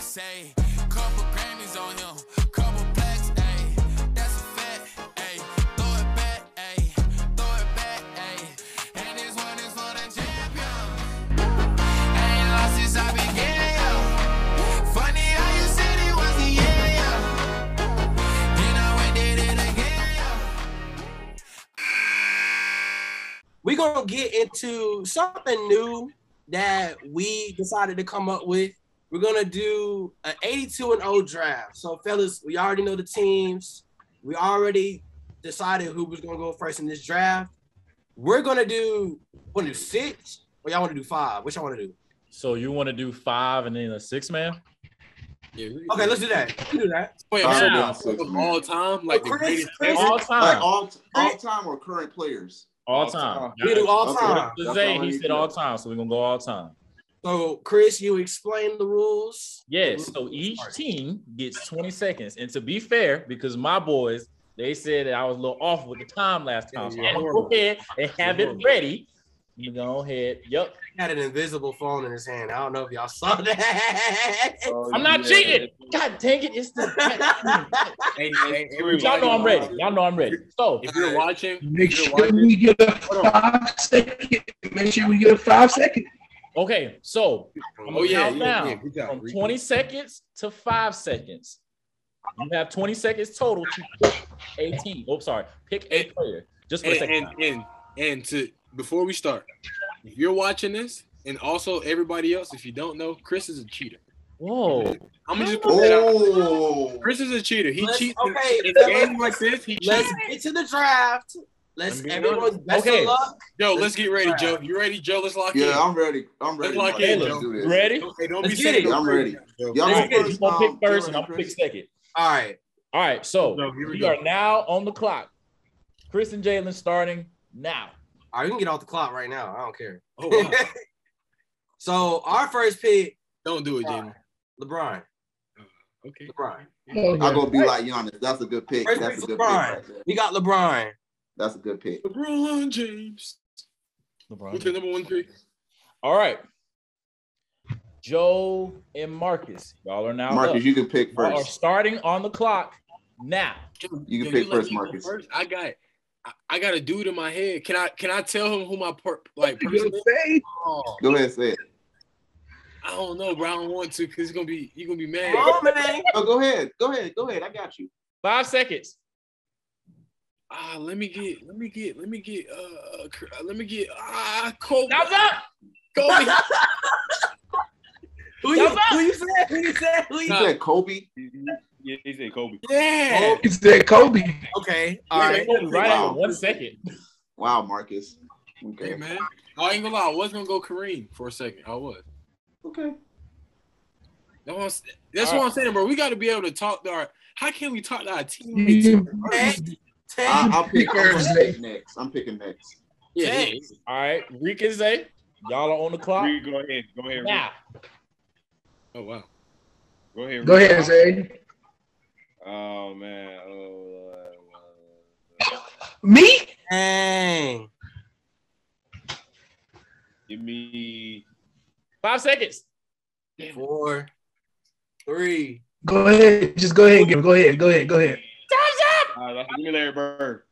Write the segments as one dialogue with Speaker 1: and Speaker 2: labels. Speaker 1: say. Couple Grammys on him, couple plaques, ayy. That's a fact, ayy. Throw it back, ayy. Throw it back, ayy. And this one is for the champion. Ain't lost since I began, yo. Funny how you said it was the year, yo. Then I went did it again, yo.
Speaker 2: we're gonna get into something new that we decided to come up with. We're gonna do an 82 and 0 draft. So, fellas, we already know the teams. We already decided who was gonna go first in this draft. We're gonna do want to do six or y'all want to do five? Which y'all want to do?
Speaker 3: So you want to do five and then a six man?
Speaker 4: Yeah, we-
Speaker 2: Okay, let's do that. We can do that.
Speaker 4: Wait,
Speaker 3: All
Speaker 4: all
Speaker 3: right.
Speaker 4: right.
Speaker 3: now.
Speaker 4: of all time, like the
Speaker 2: Chris-
Speaker 4: greatest.
Speaker 2: Chris-
Speaker 3: All
Speaker 5: Like
Speaker 3: time.
Speaker 5: all all time or current players?
Speaker 3: All
Speaker 4: all
Speaker 3: time.
Speaker 4: time.
Speaker 2: We do all
Speaker 5: Okay.
Speaker 2: time.
Speaker 3: Just
Speaker 5: That's
Speaker 3: say
Speaker 5: all
Speaker 3: he
Speaker 5: you
Speaker 3: said
Speaker 5: do.
Speaker 3: all time, so we're gonna go all time.
Speaker 2: So, Chris, you explain the rules.
Speaker 3: Yes. So each team gets 20 seconds. And to be fair, because my boys, they said that I was a little off with the time last time. So I'm gonna go ahead and have it ready. You go ahead. Yep.
Speaker 2: He had an invisible phone in his hand. I don't know if y'all saw that.
Speaker 3: I'm not cheating. God dang it. It's the
Speaker 4: Hey, hey, everybody,
Speaker 3: y'all know I'm ready. Y'all know I'm ready. So
Speaker 4: If you're watching,
Speaker 6: Make
Speaker 4: You're white.
Speaker 6: sure we get a
Speaker 4: Hold on.
Speaker 6: five second. Make sure we get a five second.
Speaker 3: okay, so I'm
Speaker 4: oh yeah,
Speaker 3: count
Speaker 4: yeah,
Speaker 3: down
Speaker 4: yeah, good job.
Speaker 3: from
Speaker 4: Rico.
Speaker 3: 20 seconds to five seconds. You have 20 seconds total to pick 18. Oh, sorry, pick a
Speaker 4: And-
Speaker 3: player. Just for a
Speaker 4: and,
Speaker 3: second.
Speaker 4: and and and to before we start, if you're watching this, and also everybody else, if you don't know, Chris is a cheater.
Speaker 3: Whoa.
Speaker 4: I'm gonna just put that out.
Speaker 6: Oh,
Speaker 4: Chris is a cheater. He
Speaker 2: Let's-
Speaker 4: cheats
Speaker 2: okay,
Speaker 4: in, in
Speaker 2: let's-
Speaker 4: games like this. He
Speaker 2: Let's
Speaker 4: cheats.
Speaker 2: get to the draft. Let's
Speaker 4: I'm being
Speaker 2: everyone best
Speaker 3: Okay.
Speaker 2: of luck.
Speaker 4: Joe, let's get ready, Joe. You ready, Joe? Let's lock
Speaker 6: Oh, yeah, I'm ready. I'm ready.
Speaker 4: lock
Speaker 6: Mike.
Speaker 4: in,
Speaker 6: Let's
Speaker 4: Joe.
Speaker 6: do this.
Speaker 3: Ready?
Speaker 4: in. Hey, don't
Speaker 2: Let's
Speaker 4: be
Speaker 2: get
Speaker 4: saying
Speaker 2: it.
Speaker 4: no
Speaker 6: I'm
Speaker 4: crazy, Joe.
Speaker 6: Y'all
Speaker 2: Let's
Speaker 6: go
Speaker 2: get it.
Speaker 3: He's
Speaker 6: first,
Speaker 3: gonna
Speaker 6: um,
Speaker 3: pick first,
Speaker 6: Dylan
Speaker 3: and I'm gonna pick
Speaker 6: Chris.
Speaker 3: second.
Speaker 2: All right.
Speaker 3: All right, so
Speaker 4: No, here we
Speaker 3: we
Speaker 4: go.
Speaker 3: are now on the clock. Chris and Jalen starting now.
Speaker 2: All right, we can get off the clock right now. I don't care.
Speaker 4: Oh, wow.
Speaker 2: so our first pick,
Speaker 4: Don't do it, Jamie.
Speaker 2: LeBron.
Speaker 4: Okay.
Speaker 2: LeBron.
Speaker 6: I'm gonna be like Giannis. That's a good pick.
Speaker 2: First
Speaker 6: That's a
Speaker 2: pick,
Speaker 6: good pick.
Speaker 2: LeBron.
Speaker 6: right there.
Speaker 2: We got LeBron.
Speaker 6: That's a good pick.
Speaker 4: LeBron James. Who's the
Speaker 3: LeBron.
Speaker 4: number one pick?
Speaker 3: All right. Joe and Marcus, y'all are now
Speaker 6: Marcus,
Speaker 3: up.
Speaker 6: you can pick
Speaker 3: Y'all are
Speaker 6: first.
Speaker 3: starting on the clock now.
Speaker 6: You can
Speaker 4: Yo,
Speaker 6: pick
Speaker 4: let
Speaker 6: first,
Speaker 4: me go
Speaker 6: Marcus.
Speaker 4: first? I got, I, I got a dude in my head. Can I, can I tell him who my per, like person is?
Speaker 6: Go
Speaker 4: Oh,
Speaker 6: ahead, and say it.
Speaker 4: I don't know, bro. I don't want to because it's gonna be, you're gonna be mad.
Speaker 2: Oh, man.
Speaker 6: Oh, go ahead. Go ahead. Go ahead. I got you.
Speaker 3: Five seconds.
Speaker 4: Ah, let me get, let me get, let me get, uh, uh, cr- uh, let me get, ah, Kobe.
Speaker 3: Time's up.
Speaker 4: Kobe.
Speaker 2: Who you,
Speaker 3: Stop
Speaker 2: who you said? Who you said? Who you
Speaker 6: You
Speaker 4: Nah.
Speaker 6: said Kobe.
Speaker 7: Yeah, he said Kobe.
Speaker 4: yeah.
Speaker 6: Oh, It's that Kobe.
Speaker 2: Okay. All right.
Speaker 3: Right
Speaker 6: Wow.
Speaker 3: after one second.
Speaker 6: Wow, Marcus.
Speaker 4: Hey,
Speaker 6: Okay.
Speaker 4: man. I ain't gonna lie. I was gonna go Kareem for a second. I was.
Speaker 6: Okay.
Speaker 4: That's what I'm, s- that's
Speaker 3: All
Speaker 6: Uh,
Speaker 4: what I'm saying, bro. We got to be able to talk to our. How can we talk to our teammates?
Speaker 3: Mm-hmm.
Speaker 6: I,
Speaker 2: Tank. Tank.
Speaker 6: I'll pick Pick I'm first. picking next. I'm picking next.
Speaker 4: Yeah,
Speaker 2: Tank.
Speaker 3: All right. Rick and Zay, y'all are on the clock
Speaker 7: Reed, go ahead. Go ahead. Reed.
Speaker 3: now.
Speaker 4: Oh wow.
Speaker 7: Go ahead.
Speaker 6: Go
Speaker 7: Reed.
Speaker 6: ahead, Zay.
Speaker 7: Oh man. Oh, uh, uh,
Speaker 6: Me?
Speaker 2: Dang.
Speaker 7: give me.
Speaker 3: Five seconds.
Speaker 2: Four. Three.
Speaker 6: Go ahead. Just go ahead and give him. Go ahead. Go ahead. Go ahead.
Speaker 7: Uh, that's, give me Larry Bird.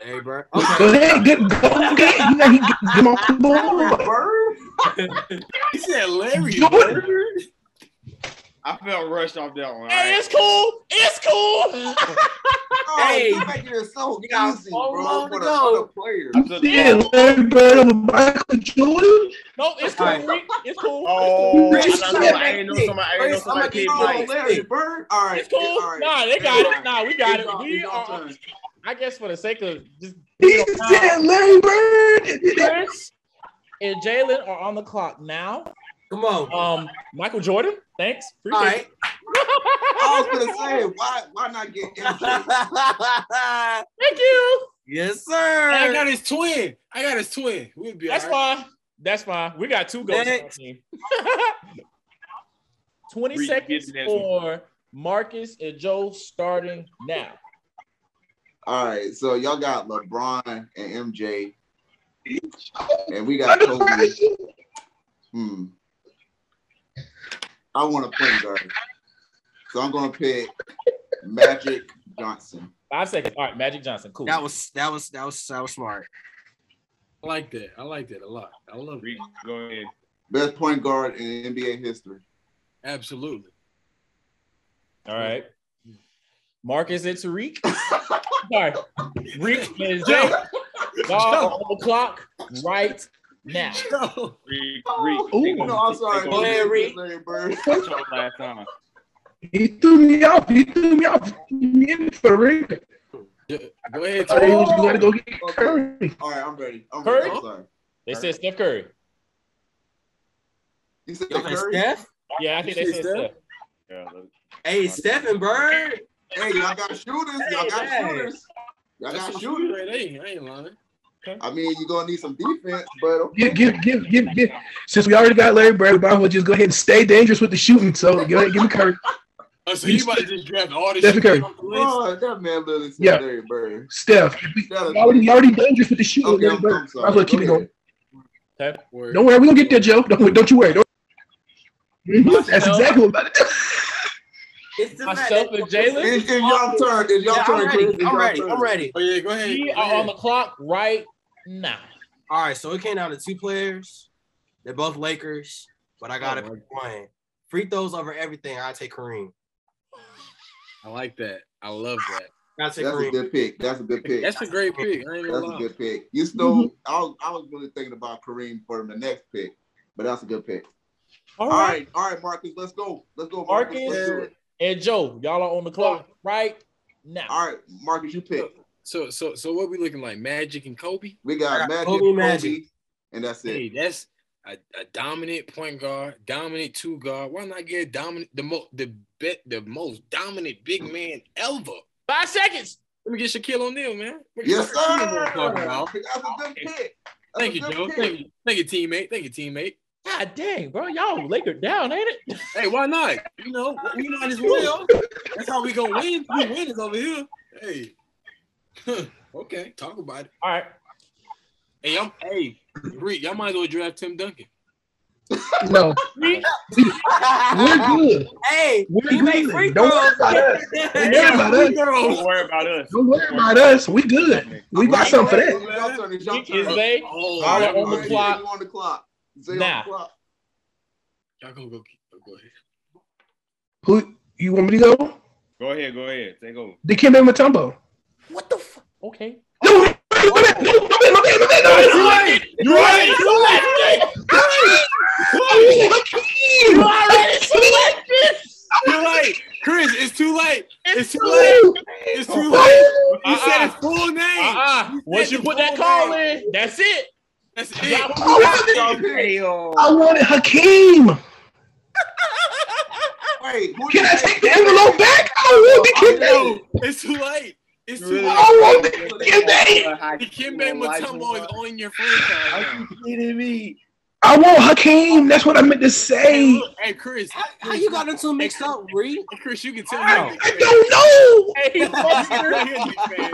Speaker 2: Hey, bro.
Speaker 6: Go
Speaker 2: Okay.
Speaker 6: ahead. Get, go ahead. You know, he get, get on the board.
Speaker 4: He said Larry.
Speaker 6: Do it.
Speaker 4: Bird?
Speaker 7: I felt rushed off that one. all
Speaker 3: Hey,
Speaker 7: right?
Speaker 3: it's cool. It's cool.
Speaker 2: Hey.
Speaker 6: Oh, you making it so
Speaker 2: You got
Speaker 6: easy,
Speaker 2: so
Speaker 6: bro,
Speaker 2: long
Speaker 6: for
Speaker 2: to
Speaker 6: the
Speaker 2: go.
Speaker 6: other players.
Speaker 7: I took-
Speaker 6: Yeah, Larry Bird over Michael Jordan.
Speaker 3: No, it's cool.
Speaker 2: All right.
Speaker 3: Rick. It's cool.
Speaker 7: Oh, I,
Speaker 2: Rich,
Speaker 7: thought somebody- I
Speaker 2: yeah,
Speaker 7: ain't know
Speaker 2: Rick.
Speaker 7: somebody. I ain't know
Speaker 2: Rich,
Speaker 7: somebody
Speaker 2: I'ma
Speaker 7: did
Speaker 2: give you
Speaker 7: Mike.
Speaker 2: all- Larry
Speaker 6: Bird. All
Speaker 3: It's cool. Nah, they got it. Nah, we got it. We are, I guess, for the sake of just
Speaker 6: He said Larry Bird.
Speaker 3: Chris and Jalen are on the clock now.
Speaker 2: Come on. All
Speaker 3: Um, Michael Jordan, thanks. Appreciate
Speaker 2: right.
Speaker 6: I was gonna say, why, why not get MJ?
Speaker 3: it. Thank you.
Speaker 2: yes,
Speaker 4: I
Speaker 2: sir.
Speaker 4: got his twin. I got his twin. We'll be
Speaker 3: That's
Speaker 4: all right.
Speaker 3: fine. That's fine. We got two goals.
Speaker 2: Next.
Speaker 3: 20
Speaker 7: Reed, get
Speaker 3: seconds
Speaker 7: the next one.
Speaker 3: for Marcus and Joe starting now.
Speaker 6: All right, so y'all got LeBron and MJ, and we got Kobe. Hmm. I want to point guard. So I'm gonna pick Magic Johnson.
Speaker 3: Five seconds. All right, Magic Johnson. Cool.
Speaker 2: That was that was that was that was smart.
Speaker 4: I like that. I like that a lot. I love it.
Speaker 7: Reek, go ahead.
Speaker 6: Best point guard in NBA history.
Speaker 4: Absolutely.
Speaker 3: All right. Marcus and Tariq. Sorry. Reek and Jay.
Speaker 4: Joe,
Speaker 3: Y'all on the clock right now.
Speaker 4: Joe,
Speaker 7: Reek, Reek.
Speaker 8: Ooh.
Speaker 7: they gonna-
Speaker 6: Oh, No, I'm sorry.
Speaker 7: they
Speaker 2: Go
Speaker 7: gonna
Speaker 2: ahead, Reek.
Speaker 6: Larry Bird.
Speaker 7: touch your last time.
Speaker 8: He threw me off. He threw me off. He threw me in for Rick.
Speaker 4: go ahead.
Speaker 8: I thought he
Speaker 4: Tariq.
Speaker 8: was going to go get Curry.
Speaker 6: All right, I'm ready. I'm ready.
Speaker 3: Curry?
Speaker 6: I'm sorry.
Speaker 3: They said Steph Curry.
Speaker 6: You said
Speaker 2: Y'all said
Speaker 6: Curry?
Speaker 2: Steph?
Speaker 3: Yeah, I think they
Speaker 4: You
Speaker 3: said
Speaker 4: said
Speaker 3: Steph.
Speaker 7: Yeah, look.
Speaker 2: Hey, Stephen Bird.
Speaker 6: Hey, y'all got shooters. Y'all got
Speaker 2: Hey, man.
Speaker 6: shooters. Y'all
Speaker 4: That's
Speaker 6: got
Speaker 4: some
Speaker 6: shooters.
Speaker 4: shooter right there. I ain't lying.
Speaker 6: I mean, you're gonna need some defense, but okay.
Speaker 8: Give, give, give, give, give. Since we already got Larry Bird, we might as well just go ahead and stay dangerous with the shooting. So go ahead, give me Curry.
Speaker 4: Oh, so you about to just draft all this shit
Speaker 8: Stephen Curry.
Speaker 4: off the list?
Speaker 6: Oh, that man literally said
Speaker 8: Yeah.
Speaker 6: Larry Bird.
Speaker 8: Steph, we
Speaker 6: That is-
Speaker 8: already, we already dangerous with the shooting. with
Speaker 6: Okay,
Speaker 8: Larry
Speaker 6: I'm,
Speaker 8: Bird.
Speaker 6: I'm
Speaker 8: Might
Speaker 6: sorry.
Speaker 8: as well
Speaker 6: Go
Speaker 8: keep it
Speaker 6: ahead.
Speaker 8: going.
Speaker 3: Okay.
Speaker 4: Word.
Speaker 8: Don't worry, we're gonna get there, Joe. Don't, don't you worry. Don't- That's exactly what I'm about to do.
Speaker 2: It's the fact
Speaker 3: Myself
Speaker 2: that-
Speaker 3: and Jalen.
Speaker 6: It's, it's y'all turn. It's y'all
Speaker 2: Yeah,
Speaker 6: turn.
Speaker 2: I'm
Speaker 6: Chris.
Speaker 2: ready.
Speaker 6: It's
Speaker 2: I'm
Speaker 6: y'all
Speaker 2: ready.
Speaker 6: turn.
Speaker 2: I'm ready.
Speaker 4: Oh yeah, go ahead. Go
Speaker 3: We are on
Speaker 4: ahead.
Speaker 3: the clock right now.
Speaker 2: All right, so it came down to two players. They're both Lakers, but I gotta
Speaker 4: Oh, my
Speaker 2: pick one. Free throws over everything. I take Kareem.
Speaker 4: I like that. I love that.
Speaker 2: I take
Speaker 6: That's a
Speaker 2: Kareem.
Speaker 6: good pick. That's a good pick. That's,
Speaker 4: That's a great pick. I ain't gonna
Speaker 6: a
Speaker 4: lie.
Speaker 6: good pick. You
Speaker 8: Mm-hmm.
Speaker 6: still, I, was, I was really thinking about Kareem for the next pick, but that's a good pick.
Speaker 3: All
Speaker 6: All
Speaker 3: right.
Speaker 6: right, all right, Marcus, let's go. Let's go, Marcus. Let's do it.
Speaker 3: And Joe, y'all are on the clock right now.
Speaker 6: All right, Marcus, you pick.
Speaker 4: So so so what we looking like? Magic and Kobe?
Speaker 6: We got Magic,
Speaker 2: Kobe
Speaker 6: Kobe,
Speaker 2: Magic.
Speaker 6: and that's
Speaker 4: Hey,
Speaker 6: it.
Speaker 4: that's a, a dominant point guard, dominant two guard. Why not get dominant the most the bet the most dominant big man ever?
Speaker 3: Five seconds.
Speaker 4: Let me get Shaquille O'Neal, man. What
Speaker 6: Yes,
Speaker 4: you-
Speaker 6: sir.
Speaker 4: what you talking about?
Speaker 6: That's a good pick. That's
Speaker 4: Thank
Speaker 6: a
Speaker 4: you,
Speaker 6: good
Speaker 4: Joe.
Speaker 6: pick.
Speaker 4: Thank you, thank you, teammate. Thank you, teammate.
Speaker 3: God dang, bro. Y'all Laker down, ain't it?
Speaker 4: Hey, why not? You know, we might as well. That's how we gonna win. We winners over here. Hey. okay, talk about it.
Speaker 3: All right.
Speaker 4: Hey, I'm hey, Reed, y'all might as well draft Tim Duncan.
Speaker 8: No, we're good.
Speaker 2: hey,
Speaker 8: We're
Speaker 2: he made
Speaker 8: good.
Speaker 2: free
Speaker 8: Don't
Speaker 2: throws.
Speaker 8: worry about us. Don't worry about us.
Speaker 7: Don't worry about us.
Speaker 8: Don't worry about us. We good. We got
Speaker 6: Alright,
Speaker 8: something for
Speaker 6: it's
Speaker 8: that.
Speaker 6: y'all turn, it's y'all
Speaker 3: Reek
Speaker 6: turn.
Speaker 3: is late.
Speaker 4: Oh,
Speaker 6: All right,
Speaker 3: on the
Speaker 6: Marcus, you
Speaker 3: clock.
Speaker 6: on the clock. Say
Speaker 3: Now.
Speaker 6: on the clock.
Speaker 4: y'all gonna go, go ahead.
Speaker 8: Who you want me to go?
Speaker 7: Go ahead, go ahead. Take over.
Speaker 8: Dikembe Mutombo.
Speaker 3: What the fuck? Okay.
Speaker 8: No, wait, wait, wait, no, no, wait, no, wait, no, wait, no, wait, no, wait.
Speaker 3: You're right. You're right.
Speaker 8: You already selected.
Speaker 4: Too late, Chris. It's too late. It's too late.
Speaker 8: Woo.
Speaker 4: It's too late. You said his
Speaker 3: Uh-uh.
Speaker 4: full name.
Speaker 3: Uh-uh. Once you put that call in, that's it.
Speaker 4: That's
Speaker 3: Y'all-
Speaker 4: it.
Speaker 8: I wanted Hakeem.
Speaker 6: Wait, who
Speaker 8: Can
Speaker 6: you
Speaker 8: I
Speaker 6: pick?
Speaker 8: take the envelope back? I want Dikembe.
Speaker 4: No, it's too late. It's too
Speaker 7: Really?
Speaker 8: I
Speaker 4: late.
Speaker 8: want Dikembe.
Speaker 4: Kimbe Mutombo is on your franchise. now.
Speaker 7: kidding me?
Speaker 8: I want Hakeem. That's what I meant to
Speaker 4: Hey,
Speaker 8: say.
Speaker 4: look, hey, Chris.
Speaker 2: How, how you got them two mixed up, Reed?
Speaker 4: Hey, Chris, you can tell
Speaker 3: Wow.
Speaker 4: me.
Speaker 8: I don't know.
Speaker 3: Hey, Buster.
Speaker 4: Hey,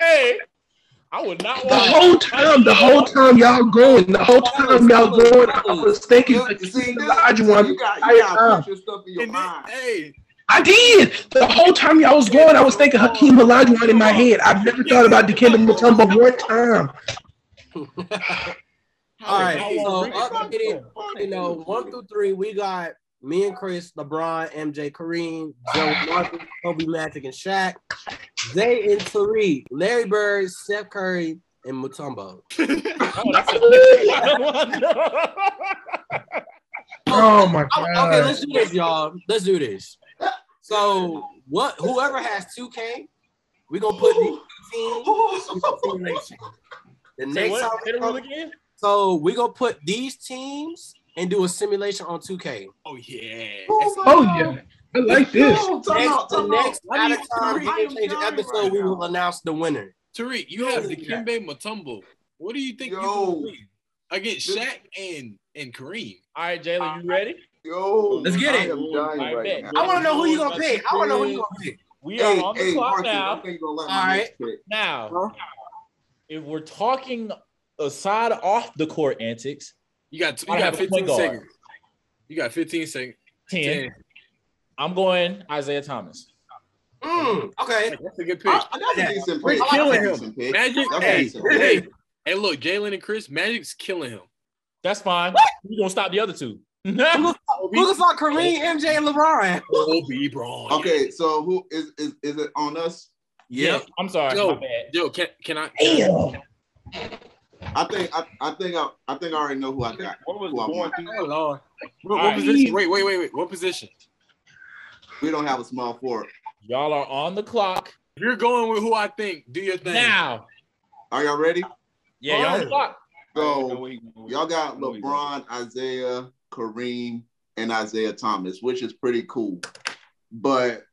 Speaker 3: hey. I would not
Speaker 8: The
Speaker 3: want
Speaker 8: whole time, the whole time y'all going, the whole time y'all going, I was thinking
Speaker 6: You-
Speaker 8: like
Speaker 6: you
Speaker 8: you
Speaker 6: see,
Speaker 8: the
Speaker 6: this-
Speaker 8: large
Speaker 6: see,
Speaker 8: one.
Speaker 6: You got,
Speaker 8: I,
Speaker 6: you got
Speaker 8: uh,
Speaker 6: picture stuff in your
Speaker 4: and then-
Speaker 6: mind.
Speaker 4: hey,
Speaker 8: I did. The whole time y'all was going, I was thinking Hakeem Olajuwon in my head. I've never thought about Dikembe Mutombo one time.
Speaker 2: All right,
Speaker 4: Hey,
Speaker 2: so
Speaker 4: Reed,
Speaker 2: up it is, you know, one through three, we got me and Chris, LeBron, MJ, Kareem, Joe, Marcus, Kobe, Magic, and Shaq, Zay and Tariq, Larry Bird, Steph Curry, and Mutombo.
Speaker 3: Oh, that's a-
Speaker 8: Oh my
Speaker 2: Oh, okay,
Speaker 8: god.
Speaker 2: let's do this, y'all. Let's do this. So, what? Whoever has two K, we gonna put the team. The next
Speaker 3: Say
Speaker 2: time,
Speaker 3: what? Say the rule again.
Speaker 2: so we gonna put these teams and do a simulation on two K.
Speaker 4: Oh yeah.
Speaker 8: Oh yeah. I like this.
Speaker 2: Next, the next
Speaker 4: I
Speaker 2: out
Speaker 4: need
Speaker 2: of time
Speaker 4: Tariq.
Speaker 2: game change episode, we will announce the winner.
Speaker 4: Tariq, you have the Kimbe Mutombo. What do you think you
Speaker 6: Yo.
Speaker 4: can do against Shaq and and Kareem?
Speaker 3: All right, Jalen, you ready?
Speaker 6: Yo,
Speaker 2: Let's get
Speaker 6: I
Speaker 2: it.
Speaker 6: am dying
Speaker 3: I
Speaker 6: right
Speaker 3: bet.
Speaker 6: now.
Speaker 2: I want to know who you gonna pick. I want to know who you gonna pick.
Speaker 3: We are
Speaker 6: Hey,
Speaker 3: on the
Speaker 6: hey,
Speaker 3: clock
Speaker 6: Marcus, I
Speaker 3: now.
Speaker 6: think you're gonna let
Speaker 2: All
Speaker 6: my next pick.
Speaker 3: Now,
Speaker 6: Huh?
Speaker 3: if we're talking aside off the court antics,
Speaker 4: You got you
Speaker 3: I
Speaker 4: got
Speaker 3: have a point
Speaker 4: 15
Speaker 3: guard.
Speaker 4: seconds. You got 15 seconds.
Speaker 3: 10, I'm going Isaiah Thomas.
Speaker 2: Mm, okay.
Speaker 4: That's a good pick.
Speaker 6: I, I got a decent
Speaker 4: We're
Speaker 6: pick. I
Speaker 4: killing
Speaker 6: got a
Speaker 4: him.
Speaker 6: decent pick.
Speaker 4: Magic,
Speaker 6: That's
Speaker 4: hey,
Speaker 6: decent.
Speaker 4: hey, hey, look, Jalen and Chris, Magic's killing him.
Speaker 3: That's fine. We're gonna stop the other two.
Speaker 2: Who the fuck Kareem, MJ, and LeBron?
Speaker 4: Kobe Braun.
Speaker 6: Okay, so who is is is it on us?
Speaker 4: Yeah.
Speaker 3: I'm sorry.
Speaker 4: Yo,
Speaker 3: My bad.
Speaker 4: yo, can can I? Can
Speaker 8: Damn.
Speaker 6: I think I, I think I, I think I already know who I got.
Speaker 7: What was
Speaker 6: Who I
Speaker 7: going
Speaker 6: want.
Speaker 7: through?
Speaker 4: I- oh Lord. What, what
Speaker 3: All right.
Speaker 4: position? Wait, wait, wait, wait. What position?
Speaker 6: We don't have a small forward.
Speaker 3: Y'all are on the clock
Speaker 4: If you're going with who I think, do your thing.
Speaker 3: now.
Speaker 6: Are y'all ready?
Speaker 3: Yeah, y'all on the clock.
Speaker 6: So y'all got LeBron, Isaiah, Kareem, and Isaiah Thomas, which is pretty cool. But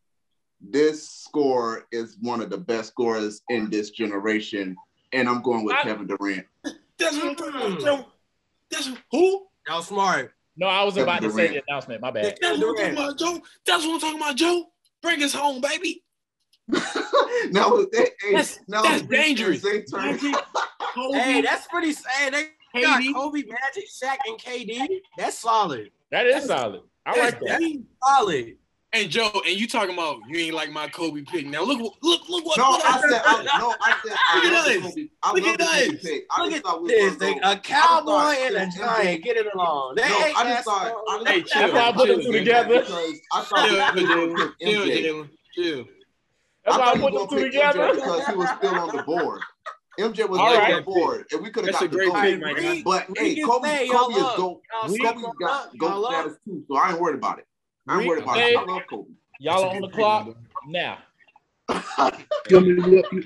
Speaker 6: this score is one of the best scorers in this generation, and I'm going with
Speaker 3: I-
Speaker 6: Kevin Durant.
Speaker 4: That's
Speaker 2: Mm.
Speaker 4: That's who?
Speaker 2: That was smart.
Speaker 3: No, I was
Speaker 6: Kevin
Speaker 3: about to say
Speaker 6: Durant.
Speaker 3: the announcement. My bad.
Speaker 2: That's what I'm talking
Speaker 4: about, Joe. That's what I'm talking about, Joe. Bring us home, baby.
Speaker 6: no, hey,
Speaker 4: That's-
Speaker 6: no,
Speaker 4: that's dangerous.
Speaker 6: They turn.
Speaker 2: Hey, that's pretty. Hey, they got
Speaker 4: KD.
Speaker 2: Kobe, Magic, Shaq, and KD. That's solid.
Speaker 3: That is solid. I like that.
Speaker 2: That's solid.
Speaker 4: And Joe, and you talking about you ain't like my Kobe pick. Now look, what- look, look what.
Speaker 6: No,
Speaker 4: what
Speaker 6: I said, I, no, I said, I
Speaker 4: Look at
Speaker 6: love the
Speaker 4: us.
Speaker 6: Kobe- I
Speaker 4: Look
Speaker 6: love
Speaker 4: at
Speaker 6: the Kobe
Speaker 4: us.
Speaker 6: pick. I
Speaker 2: Look
Speaker 6: just
Speaker 2: at
Speaker 6: thought we
Speaker 2: This
Speaker 6: was
Speaker 2: thing,
Speaker 6: going
Speaker 2: a cowboy
Speaker 6: thought-
Speaker 2: and a giant. Get it along. They
Speaker 6: No, I
Speaker 2: ain't
Speaker 6: just
Speaker 2: that
Speaker 6: thought-
Speaker 2: smart.
Speaker 6: I just-
Speaker 4: Hey,
Speaker 3: That's
Speaker 4: chill,
Speaker 3: why I put them
Speaker 4: chill,
Speaker 3: two
Speaker 4: man.
Speaker 3: together.
Speaker 6: because I thought
Speaker 4: Chill,
Speaker 6: we were going
Speaker 4: Jalen. Chill,
Speaker 6: to pick MJ.
Speaker 4: Jalen. Chill.
Speaker 3: That's why I
Speaker 6: thought
Speaker 3: put
Speaker 6: you
Speaker 3: them two
Speaker 6: was gonna pick MJ
Speaker 3: together.
Speaker 6: because he was still on the board. MJ was
Speaker 3: All
Speaker 6: late
Speaker 3: right.
Speaker 6: on the board, and we could have
Speaker 4: That's
Speaker 6: got
Speaker 4: a
Speaker 6: the
Speaker 4: great
Speaker 6: goat.
Speaker 4: pick, my guy.
Speaker 2: Reed-
Speaker 6: But hey,
Speaker 2: Regan
Speaker 6: Kobe,
Speaker 2: Faye, y'all
Speaker 6: Kobe is
Speaker 2: up.
Speaker 6: goat.
Speaker 2: Y'all
Speaker 6: Kobe's
Speaker 2: up.
Speaker 6: got
Speaker 2: Y'all
Speaker 6: goat
Speaker 2: up.
Speaker 6: status too, so I ain't worried about it. I ain't worried about it. I
Speaker 3: Regan
Speaker 6: love Kobe.
Speaker 3: Y'all are on the clock now.
Speaker 8: You, want me to go- you-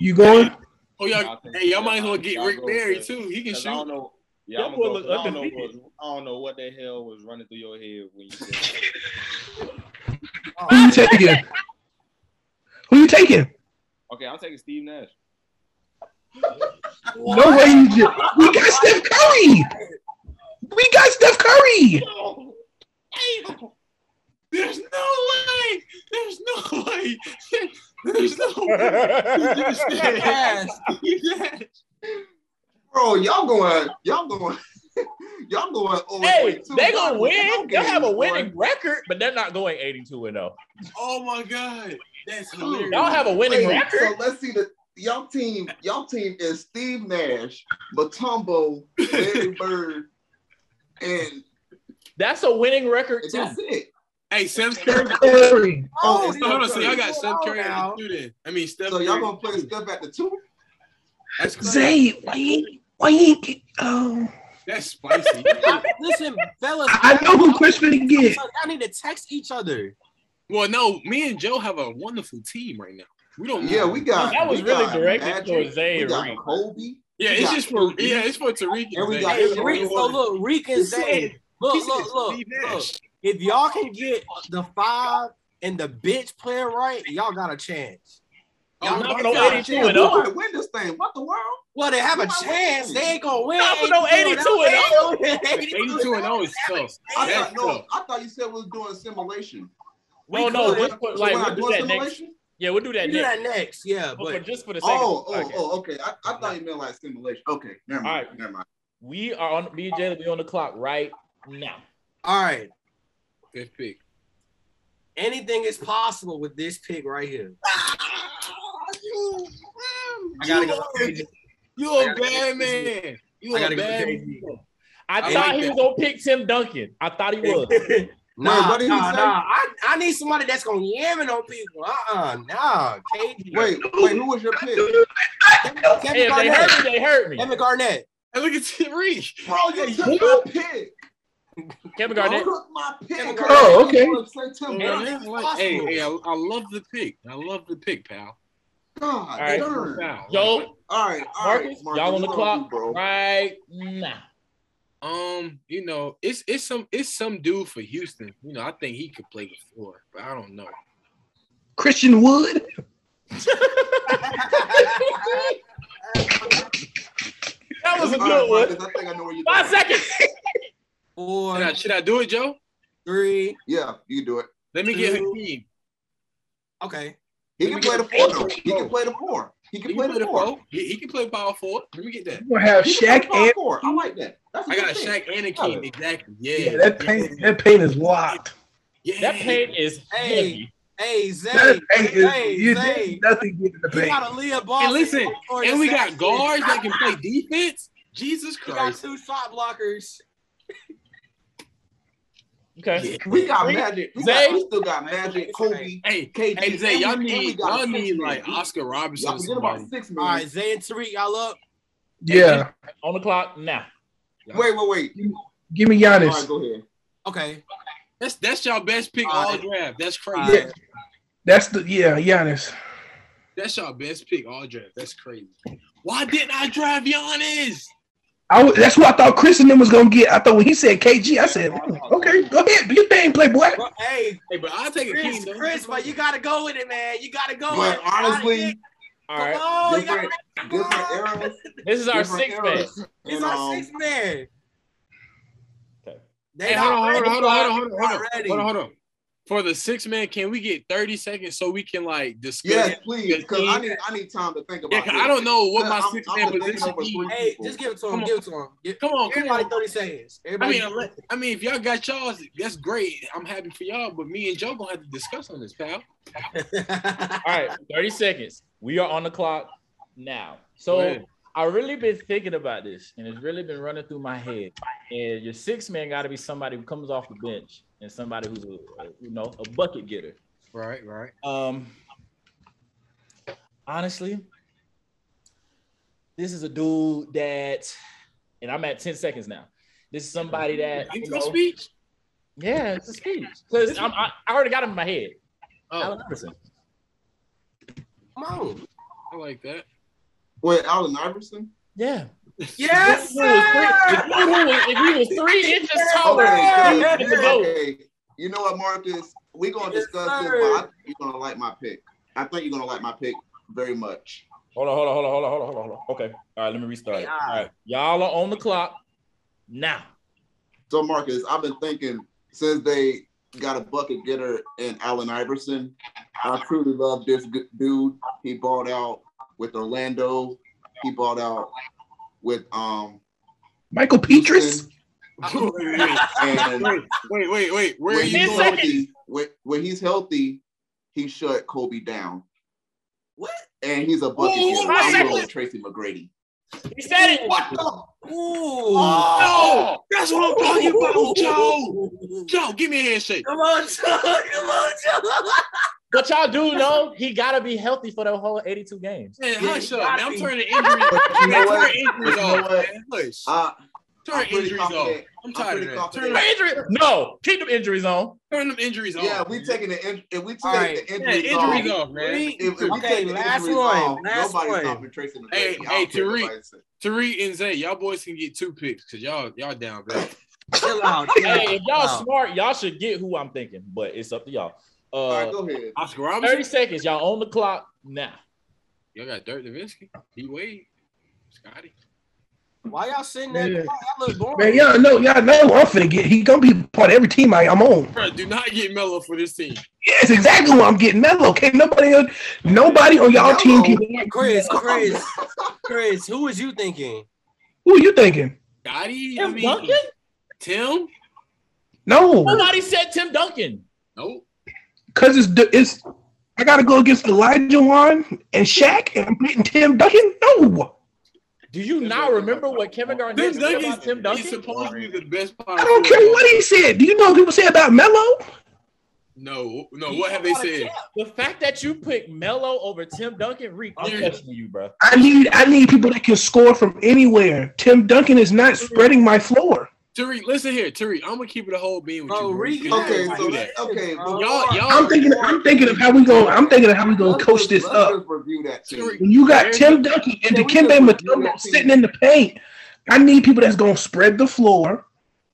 Speaker 8: you going?
Speaker 4: Oh y'all, hey, y'all might as well get Rick Barry too. He can
Speaker 7: I don't
Speaker 4: shoot.
Speaker 7: know. Yeah,
Speaker 3: That
Speaker 7: I'm
Speaker 3: boy
Speaker 7: gonna
Speaker 3: look
Speaker 7: go, I, don't know what,
Speaker 3: undefeated.
Speaker 7: I don't know what the hell was running through your head when you said
Speaker 8: Who you taking? Who you taking?
Speaker 7: Okay, I'm taking Steve Nash.
Speaker 8: No way you did. We got Steph Curry. We got Steph Curry.
Speaker 4: There's no way. There's no way. There's no way. You just said yes. Yes.
Speaker 6: Bro, y'all going, y'all going, y'all going. Oh,
Speaker 3: hey, they gonna win. They'll have a winning record, but they're not going 82 and 0.
Speaker 4: Oh my god. That's
Speaker 6: Dude,
Speaker 4: hilarious.
Speaker 3: Y'all have a winning
Speaker 6: Wait,
Speaker 3: record.
Speaker 6: so let's see the y'all team. Y'all team is Steve Nash, Matumbo, Larry Bird, and,
Speaker 3: That's a winning record
Speaker 6: and
Speaker 3: too.
Speaker 6: that's it.
Speaker 4: Hey, Sam's Curry.
Speaker 8: Steph Curry.
Speaker 6: Oh,
Speaker 4: So, hold on, so y'all got Steph Curry at
Speaker 2: now.
Speaker 4: the two then. I mean, Steph
Speaker 6: So
Speaker 4: Curry.
Speaker 6: y'all gonna play Steph at the two?
Speaker 4: That's crazy.
Speaker 8: Zay, why you ain't- why you ain't get? Oh,
Speaker 4: That's spicy.
Speaker 2: Listen, fellas,
Speaker 8: I I know who Chris finna get.
Speaker 2: I need to text each other.
Speaker 4: well, no, me and Joe have a wonderful team right now. We don't.
Speaker 6: Yeah, we got.
Speaker 3: That was
Speaker 6: we
Speaker 3: really
Speaker 6: got
Speaker 3: directed
Speaker 6: Magic,
Speaker 3: towards Zay
Speaker 6: We
Speaker 3: and
Speaker 6: got
Speaker 3: Reed.
Speaker 6: Kobe.
Speaker 4: Yeah,
Speaker 6: we
Speaker 4: it's
Speaker 6: got
Speaker 4: just for. Yeah, it's for Tariq.
Speaker 6: And we
Speaker 4: Zay.
Speaker 6: got
Speaker 2: Hey,
Speaker 6: Zay.
Speaker 2: Reek, so look, Reek and Zay. Look, look, look, look. If y'all can get the five and the bench player right, y'all got a chance.
Speaker 4: Oh,
Speaker 2: Y'all
Speaker 4: no,
Speaker 2: got
Speaker 3: no,
Speaker 2: a
Speaker 3: 82
Speaker 2: chance.
Speaker 3: and oh.
Speaker 6: Who
Speaker 3: 0.
Speaker 6: might win this thing? What the world?
Speaker 2: Well, they have a
Speaker 6: Who might
Speaker 2: chance.
Speaker 6: win?
Speaker 2: They ain't gonna win.
Speaker 3: Y'all for no 82 and 0.
Speaker 2: They ain't gonna win oh. 82
Speaker 4: Eighty-two
Speaker 3: oh,
Speaker 4: and zero is tough.
Speaker 6: I
Speaker 4: That's
Speaker 6: thought no.
Speaker 4: tough.
Speaker 6: I thought you said we was doing simulation.
Speaker 3: No,
Speaker 2: We
Speaker 3: no,
Speaker 2: could.
Speaker 3: just put,
Speaker 6: So
Speaker 3: like
Speaker 6: we're
Speaker 3: we'll
Speaker 6: not
Speaker 3: do
Speaker 6: doing
Speaker 3: that next.
Speaker 6: simulation.
Speaker 3: Yeah, we'll do that
Speaker 2: We do that
Speaker 3: next.
Speaker 2: next, yeah.
Speaker 3: But
Speaker 2: But
Speaker 3: just for the sake
Speaker 6: Oh,
Speaker 3: of
Speaker 6: oh,
Speaker 3: the podcast,
Speaker 6: oh, okay. I, I thought you meant like simulation. Okay, never mind.
Speaker 3: All right.
Speaker 6: Never mind.
Speaker 3: we are on me and Jalen, we on the clock right now.
Speaker 2: all right,
Speaker 4: Good pick.
Speaker 2: anything is possible with this pick right here. I gotta go. with KG.
Speaker 4: You a bad man. You
Speaker 2: I
Speaker 4: a
Speaker 2: gotta go
Speaker 4: bad.
Speaker 2: with
Speaker 4: man.
Speaker 2: KG.
Speaker 3: I,
Speaker 4: I
Speaker 3: thought
Speaker 4: like
Speaker 3: he
Speaker 4: that.
Speaker 3: was gonna pick Tim Duncan. I thought he was.
Speaker 2: Nah,
Speaker 6: what did he
Speaker 2: nah,
Speaker 6: say?
Speaker 2: nah. I, I need somebody that's gonna yam it on people. Uh-uh, nah. KG.
Speaker 6: Wait, wait. Who was your pick,
Speaker 3: hey,
Speaker 2: Kevin
Speaker 3: if they
Speaker 2: Garnett.
Speaker 3: hurt me, they hurt me.
Speaker 2: Kevin Garnett.
Speaker 4: And look at Tariq.
Speaker 6: bro? You took my pick.
Speaker 3: Kevin
Speaker 6: You
Speaker 3: Garnett.
Speaker 6: took my pick.
Speaker 8: Oh, okay.
Speaker 6: Say Tim
Speaker 2: Yeah.
Speaker 6: Duncan.
Speaker 4: Hey, hey, hey, I, I love the pick. I love the pick, pal.
Speaker 6: God,
Speaker 3: right.
Speaker 6: darn.
Speaker 4: Wow.
Speaker 3: Yo,
Speaker 6: All right, all right,
Speaker 3: Marcus,
Speaker 6: Marcus,
Speaker 3: y'all on
Speaker 6: you
Speaker 3: the
Speaker 6: know
Speaker 3: clock
Speaker 6: you, bro.
Speaker 3: right now.
Speaker 4: Um, you know, it's it's some it's some dude for Houston. You know, I think he could play the floor, but I don't know.
Speaker 8: Christian Wood.
Speaker 3: That was a
Speaker 6: All right,
Speaker 3: good one.
Speaker 6: Marcus, I think I know where you're
Speaker 3: Five
Speaker 6: going.
Speaker 3: seconds.
Speaker 4: Should I,
Speaker 2: Four,
Speaker 4: should I do it, Joe?
Speaker 2: three.
Speaker 6: Yeah, you can do it.
Speaker 4: Let me get
Speaker 2: Two.
Speaker 4: Hakeem.
Speaker 2: Okay.
Speaker 6: He
Speaker 4: Let
Speaker 6: can
Speaker 4: me
Speaker 6: play the
Speaker 4: get
Speaker 6: four.
Speaker 4: the
Speaker 6: though.
Speaker 4: four.
Speaker 6: He can play the four. He
Speaker 4: He
Speaker 6: can
Speaker 4: can
Speaker 6: play
Speaker 4: play
Speaker 6: the
Speaker 4: the
Speaker 6: four.
Speaker 4: four. He, he can play power forward. Let me get that.
Speaker 8: We're gonna have
Speaker 6: He can play
Speaker 8: Shaq
Speaker 6: the
Speaker 8: and
Speaker 6: four. I like that. That's a
Speaker 4: I
Speaker 6: good
Speaker 4: got
Speaker 6: thing.
Speaker 4: Shaq and Hakeem. Exactly. Yeah.
Speaker 8: yeah, that paint that paint is locked.
Speaker 4: Yeah.
Speaker 3: That paint is
Speaker 2: Hey.
Speaker 3: heavy.
Speaker 2: Hey, Zay.
Speaker 8: That ain't
Speaker 2: Hey,
Speaker 8: you
Speaker 2: Zay.
Speaker 8: did nothing get in the
Speaker 2: You
Speaker 8: paint.
Speaker 2: got Aaliyah Boston.
Speaker 4: And listen,
Speaker 2: Corey
Speaker 4: and we got
Speaker 2: Sanders.
Speaker 4: guards that can play defense. Jesus
Speaker 2: You got
Speaker 4: Christ.
Speaker 2: two shot blockers.
Speaker 3: Okay.
Speaker 6: We got magic. We, got,
Speaker 3: Zay?
Speaker 6: we still got magic. Kobe,
Speaker 4: Hey,
Speaker 6: KD.
Speaker 4: hey, Zay,
Speaker 6: and
Speaker 4: y'all
Speaker 6: we- and we
Speaker 4: need
Speaker 6: got
Speaker 4: y'all
Speaker 6: six
Speaker 4: need
Speaker 6: men.
Speaker 4: like Oscar Robertson.
Speaker 6: Y'all
Speaker 4: or
Speaker 6: forget
Speaker 4: somebody.
Speaker 6: about six
Speaker 2: All right,
Speaker 6: minutes.
Speaker 2: Zay and Tariq, y'all up.
Speaker 8: Yeah,
Speaker 3: On the clock now.
Speaker 6: Wait, wait, wait.
Speaker 8: give me
Speaker 6: All right,
Speaker 8: Giannis.
Speaker 6: go ahead.
Speaker 2: Okay.
Speaker 4: That's that's y'all best pick all
Speaker 2: Alright.
Speaker 4: draft. That's
Speaker 2: All
Speaker 4: crazy.
Speaker 2: right.
Speaker 8: Yeah. That's the yeah Giannis.
Speaker 4: That's y'all best pick all draft. That's crazy. Why didn't I drive Giannis?
Speaker 8: I w- that's what I thought Chris and them was gonna get. I thought when he said KG, I said, "Hmm, okay, go ahead, do your thing, play boy.
Speaker 2: Well, hey,
Speaker 4: Hey, but I'll take a king
Speaker 2: Chris,
Speaker 4: though.
Speaker 2: Chris, but you gotta go with it, man. You gotta go with
Speaker 6: But
Speaker 2: it.
Speaker 6: honestly,
Speaker 3: All
Speaker 2: come
Speaker 3: right.
Speaker 2: on, you gotta
Speaker 6: different, different eras.
Speaker 3: This is our
Speaker 6: different
Speaker 3: sixth man.
Speaker 6: eras.
Speaker 2: It's
Speaker 6: And,
Speaker 2: our
Speaker 6: um,
Speaker 2: six man.
Speaker 3: Okay.
Speaker 2: They
Speaker 4: Hey, hold on, hold
Speaker 2: already-
Speaker 4: on, hold on, hold on, hold on, hold on,
Speaker 2: already.
Speaker 4: hold on, hold on. For the six man, can we get thirty seconds so we can like discuss?
Speaker 6: Yes, please, because I
Speaker 4: Yeah.
Speaker 6: need I need time to think about
Speaker 4: Yeah,
Speaker 6: it.
Speaker 4: 'cause I don't know what my
Speaker 6: I'm- I'm
Speaker 4: six man
Speaker 6: looking
Speaker 4: position
Speaker 6: over
Speaker 4: is.
Speaker 6: three.
Speaker 2: Hey, just give it to him.
Speaker 4: Come on.
Speaker 2: Give it to him. Give,
Speaker 4: Come on, come
Speaker 2: everybody
Speaker 4: on.
Speaker 2: thirty seconds.
Speaker 4: I
Speaker 2: Everybody.
Speaker 4: mean, unle- I mean, if y'all got y'all's, that's great. I'm happy for y'all, but me and Joe gonna have to discuss on this, pal.
Speaker 3: All right, 30 seconds. We are on the clock now.
Speaker 4: Go
Speaker 3: So
Speaker 4: ahead.
Speaker 3: i really been thinking about this, and it's really been running through my head. And your six man got to be somebody who comes off the bench and somebody who's a, a- you know a bucket getter.
Speaker 4: Right, right.
Speaker 3: Um, honestly, this is a dude that, and I'm at 10 seconds now. This is somebody that,
Speaker 4: You
Speaker 3: you
Speaker 4: gonna
Speaker 3: know,
Speaker 4: speech?
Speaker 3: yeah, it's a speech because I, I already got him in my head.
Speaker 4: Oh,
Speaker 3: Allen Iverson.
Speaker 2: Come on.
Speaker 4: I like that.
Speaker 6: Wait, Allen Iverson?
Speaker 3: Yeah.
Speaker 2: Yes, sir.
Speaker 3: If he was- if he was three inches taller,
Speaker 6: Okay,
Speaker 2: yeah,
Speaker 6: okay,
Speaker 3: yeah.
Speaker 6: okay. You know what, Marcus? We're gonna
Speaker 2: Yes,
Speaker 6: discuss this,
Speaker 2: sir.
Speaker 6: but I think you're gonna like my pick. I think you're gonna like my pick very much.
Speaker 3: Hold on, hold on, hold on, hold on, hold on, hold on, hold on. Okay. All right, let me restart. it. All right. Y'all are on the clock now.
Speaker 6: So Marcus, I've been thinking since they got a bucket getter in Allen Iverson, I truly love this g- dude. He bought out with Orlando. He bought out with um
Speaker 8: Michael Petris.
Speaker 6: Houston.
Speaker 4: Wait,
Speaker 6: and
Speaker 4: wait, wait, wait, wait. Where are
Speaker 6: when
Speaker 4: you
Speaker 6: he's
Speaker 4: going? with
Speaker 6: healthy, when, when he's healthy, he shut Kobe down.
Speaker 2: What?
Speaker 6: And he's a bucket
Speaker 4: Ooh,
Speaker 6: getter.
Speaker 4: my
Speaker 6: I'm
Speaker 4: second-
Speaker 6: going with Tracy McGrady.
Speaker 3: He said it.
Speaker 2: What the? Ooh. Oh.
Speaker 4: No, that's what I'm talking about, Joe.
Speaker 2: Joe.
Speaker 4: Joe, give me a handshake.
Speaker 2: Come on, Joe. Come on, Joe.
Speaker 3: But y'all do know he gotta be healthy for the whole 82 games.
Speaker 4: Man,
Speaker 2: Yeah,
Speaker 4: hush
Speaker 2: you
Speaker 4: up.
Speaker 2: gotta
Speaker 4: Man, I'm
Speaker 2: be-
Speaker 4: turning injuries.
Speaker 6: But you know
Speaker 4: Man, turn
Speaker 6: what?
Speaker 4: injuries
Speaker 6: You know
Speaker 4: off.
Speaker 6: what?
Speaker 4: Man, hush.
Speaker 6: I,
Speaker 4: Turn
Speaker 6: I'm pretty
Speaker 4: injuries off.
Speaker 6: confident.
Speaker 4: I'm
Speaker 6: I'm
Speaker 4: tired
Speaker 6: pretty
Speaker 4: of that. Turn,
Speaker 6: confident.
Speaker 4: them-
Speaker 3: Injury? No, keep them injuries on.
Speaker 4: turn them injuries off.
Speaker 6: Yeah, we taking the in, if we take
Speaker 2: All right.
Speaker 4: yeah,
Speaker 6: the injuries,
Speaker 4: injuries
Speaker 6: off,
Speaker 4: off, man.
Speaker 2: Three.
Speaker 6: If, if we
Speaker 2: Okay,
Speaker 6: take the
Speaker 2: last
Speaker 6: injuries
Speaker 2: one.
Speaker 6: off,
Speaker 2: Last
Speaker 6: nobody's
Speaker 2: one.
Speaker 6: stopping Tracy McGrady.
Speaker 4: Hey,
Speaker 6: I don't
Speaker 4: hey,
Speaker 6: care what
Speaker 4: Tariq.
Speaker 6: nobody says.
Speaker 4: Tariq and Zay, y'all boys can get two picks because y'all y'all down bad.
Speaker 2: Chill out.
Speaker 3: Hey, if y'all
Speaker 2: Wow.
Speaker 3: smart, y'all should get who I'm thinking, but it's up to y'all.
Speaker 6: All right,
Speaker 3: Uh,
Speaker 6: go ahead.
Speaker 4: Oscar
Speaker 3: 30
Speaker 4: Robinson,
Speaker 3: seconds, y'all on the clock now.
Speaker 4: y'all got Dirk Nowitzki, D Wade, Scotty.
Speaker 2: Why y'all sitting there?
Speaker 8: Yeah.
Speaker 2: Y'all look boring.
Speaker 8: Man, y'all know, y'all know I'm finna get. He gonna be part of every team I, I'm on.
Speaker 4: Bro, do not get Melo for this team.
Speaker 8: Yes, exactly what I'm getting. Mellow. Okay, nobody, else, nobody on y'all team
Speaker 6: Melo.
Speaker 8: can.
Speaker 2: Chris, Chris, Chris, who was you thinking?
Speaker 8: Who you thinking?
Speaker 4: Scotty, I
Speaker 3: Tim
Speaker 4: mean,
Speaker 3: Duncan?
Speaker 4: Tim.
Speaker 8: No,
Speaker 3: Nobody said Tim Duncan.
Speaker 4: Nope.
Speaker 8: because it's d- it's. I gotta go against Elijah Wan and Shaq, and I'm beating Tim Duncan. No,
Speaker 3: Do you
Speaker 7: Tim
Speaker 3: not
Speaker 7: Duncan.
Speaker 3: remember what Kevin Garnett
Speaker 4: Tim
Speaker 3: said
Speaker 4: Duncan.
Speaker 3: about Tim
Speaker 4: He's
Speaker 3: Duncan?
Speaker 4: supposed to be the best. Power
Speaker 8: I don't care what he said. Do you know what people say about Mello?
Speaker 4: No, no. What have they said?
Speaker 3: The fact that you picked Melo over Tim Duncan, Reek, I'm questioning you, bro.
Speaker 8: I need I need people that can score from anywhere. Tim Duncan is not spreading my floor.
Speaker 4: Tariq, listen here, Tariq. I'm gonna keep it a whole beam with
Speaker 2: Bro,
Speaker 3: Oh,
Speaker 4: you. bro.
Speaker 2: Reek-
Speaker 4: You
Speaker 6: Okay,
Speaker 4: can't
Speaker 6: so Oh,
Speaker 4: do that.
Speaker 6: let, okay, but
Speaker 4: Y'all, y'all.
Speaker 8: I'm thinking I'm thinking of how we going I'm thinking of how we going
Speaker 6: let's
Speaker 8: to coach
Speaker 6: just-
Speaker 8: this
Speaker 6: let's
Speaker 8: up.
Speaker 6: Just review that team.
Speaker 4: Tariq,
Speaker 8: When you got Tim Duncan and
Speaker 6: Can we
Speaker 8: Dikembe
Speaker 6: just review
Speaker 8: Mutombo
Speaker 6: that team?
Speaker 8: sitting in the paint. I need people that's going to spread the floor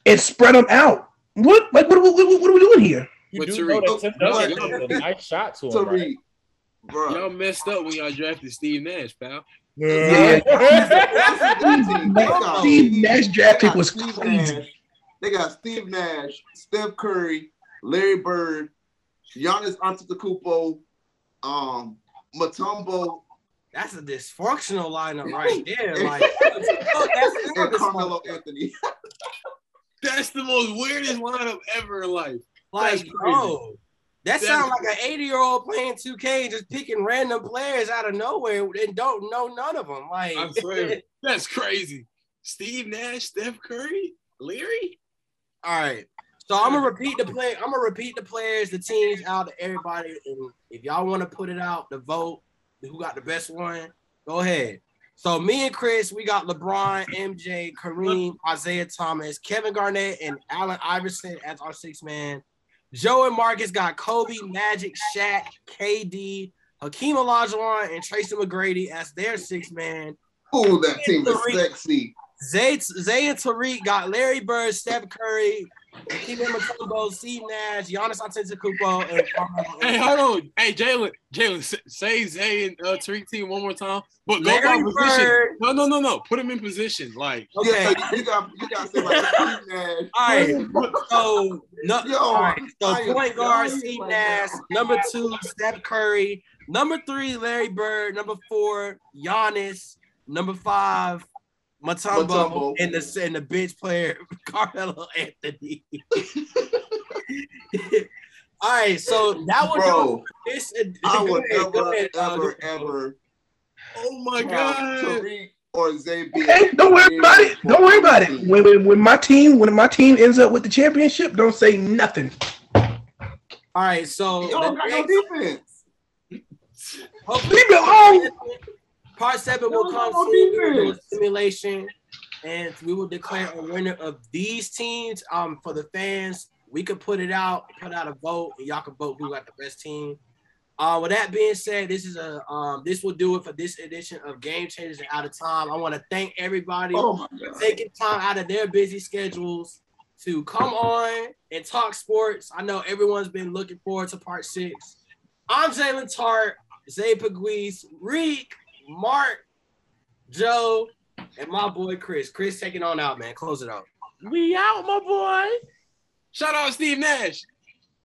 Speaker 8: and spread them out. What like what what, what, what are we doing here?
Speaker 3: You
Speaker 4: But
Speaker 3: do
Speaker 4: Tariq-
Speaker 3: know that Tim
Speaker 4: No,
Speaker 3: Duncan
Speaker 6: no,
Speaker 3: was a nice shot to him, right?
Speaker 6: Tariq, bro.
Speaker 4: y'all messed up when y'all drafted Steve Nash, pal.
Speaker 8: Yeah.
Speaker 6: Yeah.
Speaker 8: Steve Nash draft
Speaker 6: They
Speaker 8: pick
Speaker 6: got
Speaker 8: was
Speaker 6: Steve
Speaker 8: crazy.
Speaker 6: Nash. They got Steve Nash, Steph Curry, Larry Bird, Giannis Antetokounmpo, um, Matumbo,
Speaker 2: That's a dysfunctional lineup right there. Like, fuck, Oh, that's
Speaker 6: and
Speaker 2: dysfunctional.
Speaker 6: Carmelo Anthony.
Speaker 4: That's the most weirdest lineup ever in life.
Speaker 2: Like,
Speaker 4: That's
Speaker 2: bro, that
Speaker 4: That's
Speaker 2: sounds like an 80 year old playing 2K and just picking random players out of nowhere and don't know none of them. Like,
Speaker 4: I swear. That's crazy. Steve Nash, Steph Curry, Leary.
Speaker 2: all right. So I'm gonna repeat the play. I'm gonna repeat the players, the teams out to everybody, and if y'all want to put it out, the vote, who got the best one, go ahead. So me and Chris, we got LeBron, MJ, Kareem, Isaiah Thomas, Kevin Garnett, and Allen Iverson as our six man. Joe and Marcus got Kobe, Magic, Shaq, KD, Hakeem Olajuwon, and Tracy McGrady as their six man.
Speaker 6: Ooh, that team is
Speaker 2: Three.
Speaker 6: sexy.
Speaker 2: Zay, Zay and Tariq got Larry Bird, Steph Curry, Steve Matumbo, Steve Nash, Giannis Antetokounmpo, and Carmelo
Speaker 4: Hey,
Speaker 2: Anthony.
Speaker 4: hold on. Hey, Jalen, Jalen, s- say Zay and uh, Tariq team one more time, but go
Speaker 2: Larry
Speaker 4: by position.
Speaker 2: Bird.
Speaker 4: No, no, no, no. Put him in position. Like,
Speaker 2: Okay,
Speaker 6: Yeah, you got you got somebody Steve Nash.
Speaker 2: all right. So, no,
Speaker 6: Yo,
Speaker 2: all right.
Speaker 6: I
Speaker 2: so
Speaker 6: am
Speaker 2: point guard
Speaker 6: dying
Speaker 2: Steve
Speaker 6: right
Speaker 2: Nash, number two Steph Curry, number three Larry Bird, number four Giannis, number five Matumbo,
Speaker 6: Mutombo.
Speaker 2: and the and the bench player Carmelo Anthony. all right, so that would do it
Speaker 6: Bro,
Speaker 2: This and
Speaker 6: I
Speaker 2: go
Speaker 6: would
Speaker 2: ahead, go
Speaker 6: never,
Speaker 2: ahead, uh,
Speaker 6: ever,
Speaker 2: go-
Speaker 6: ever
Speaker 4: oh my
Speaker 6: have
Speaker 4: God.
Speaker 6: Tariq or Zay being
Speaker 8: Hey, don't worry about it. Don't worry about it. When, when, when my team when my team ends up with the championship, don't say nothing.
Speaker 2: All right, so
Speaker 6: Y'all don't got no
Speaker 2: next-
Speaker 6: defense.
Speaker 2: hopefully
Speaker 8: Leave me alone.
Speaker 2: part seven
Speaker 6: Y'all
Speaker 2: will come
Speaker 6: got no
Speaker 2: soon. We will do a
Speaker 6: defense.
Speaker 2: simulation, and we will declare a winner of these teams. Um, for the fans, we could put it out, put out a vote, and y'all can vote who got the best team. Uh, with that being said, this is a um, this will do it for this edition of Game Changers and Out of Time. I want to thank everybody.
Speaker 6: Oh my god.
Speaker 2: taking time out of their busy schedules to come on and talk sports. I know everyone's been looking forward to part six. I'm Jalen Tart, Zay Paguis, Reek, Mark, Joe, and my boy Chris. Chris taking on out, man. Close it out.
Speaker 3: We out, my boy.
Speaker 4: Shout out Steve Nash.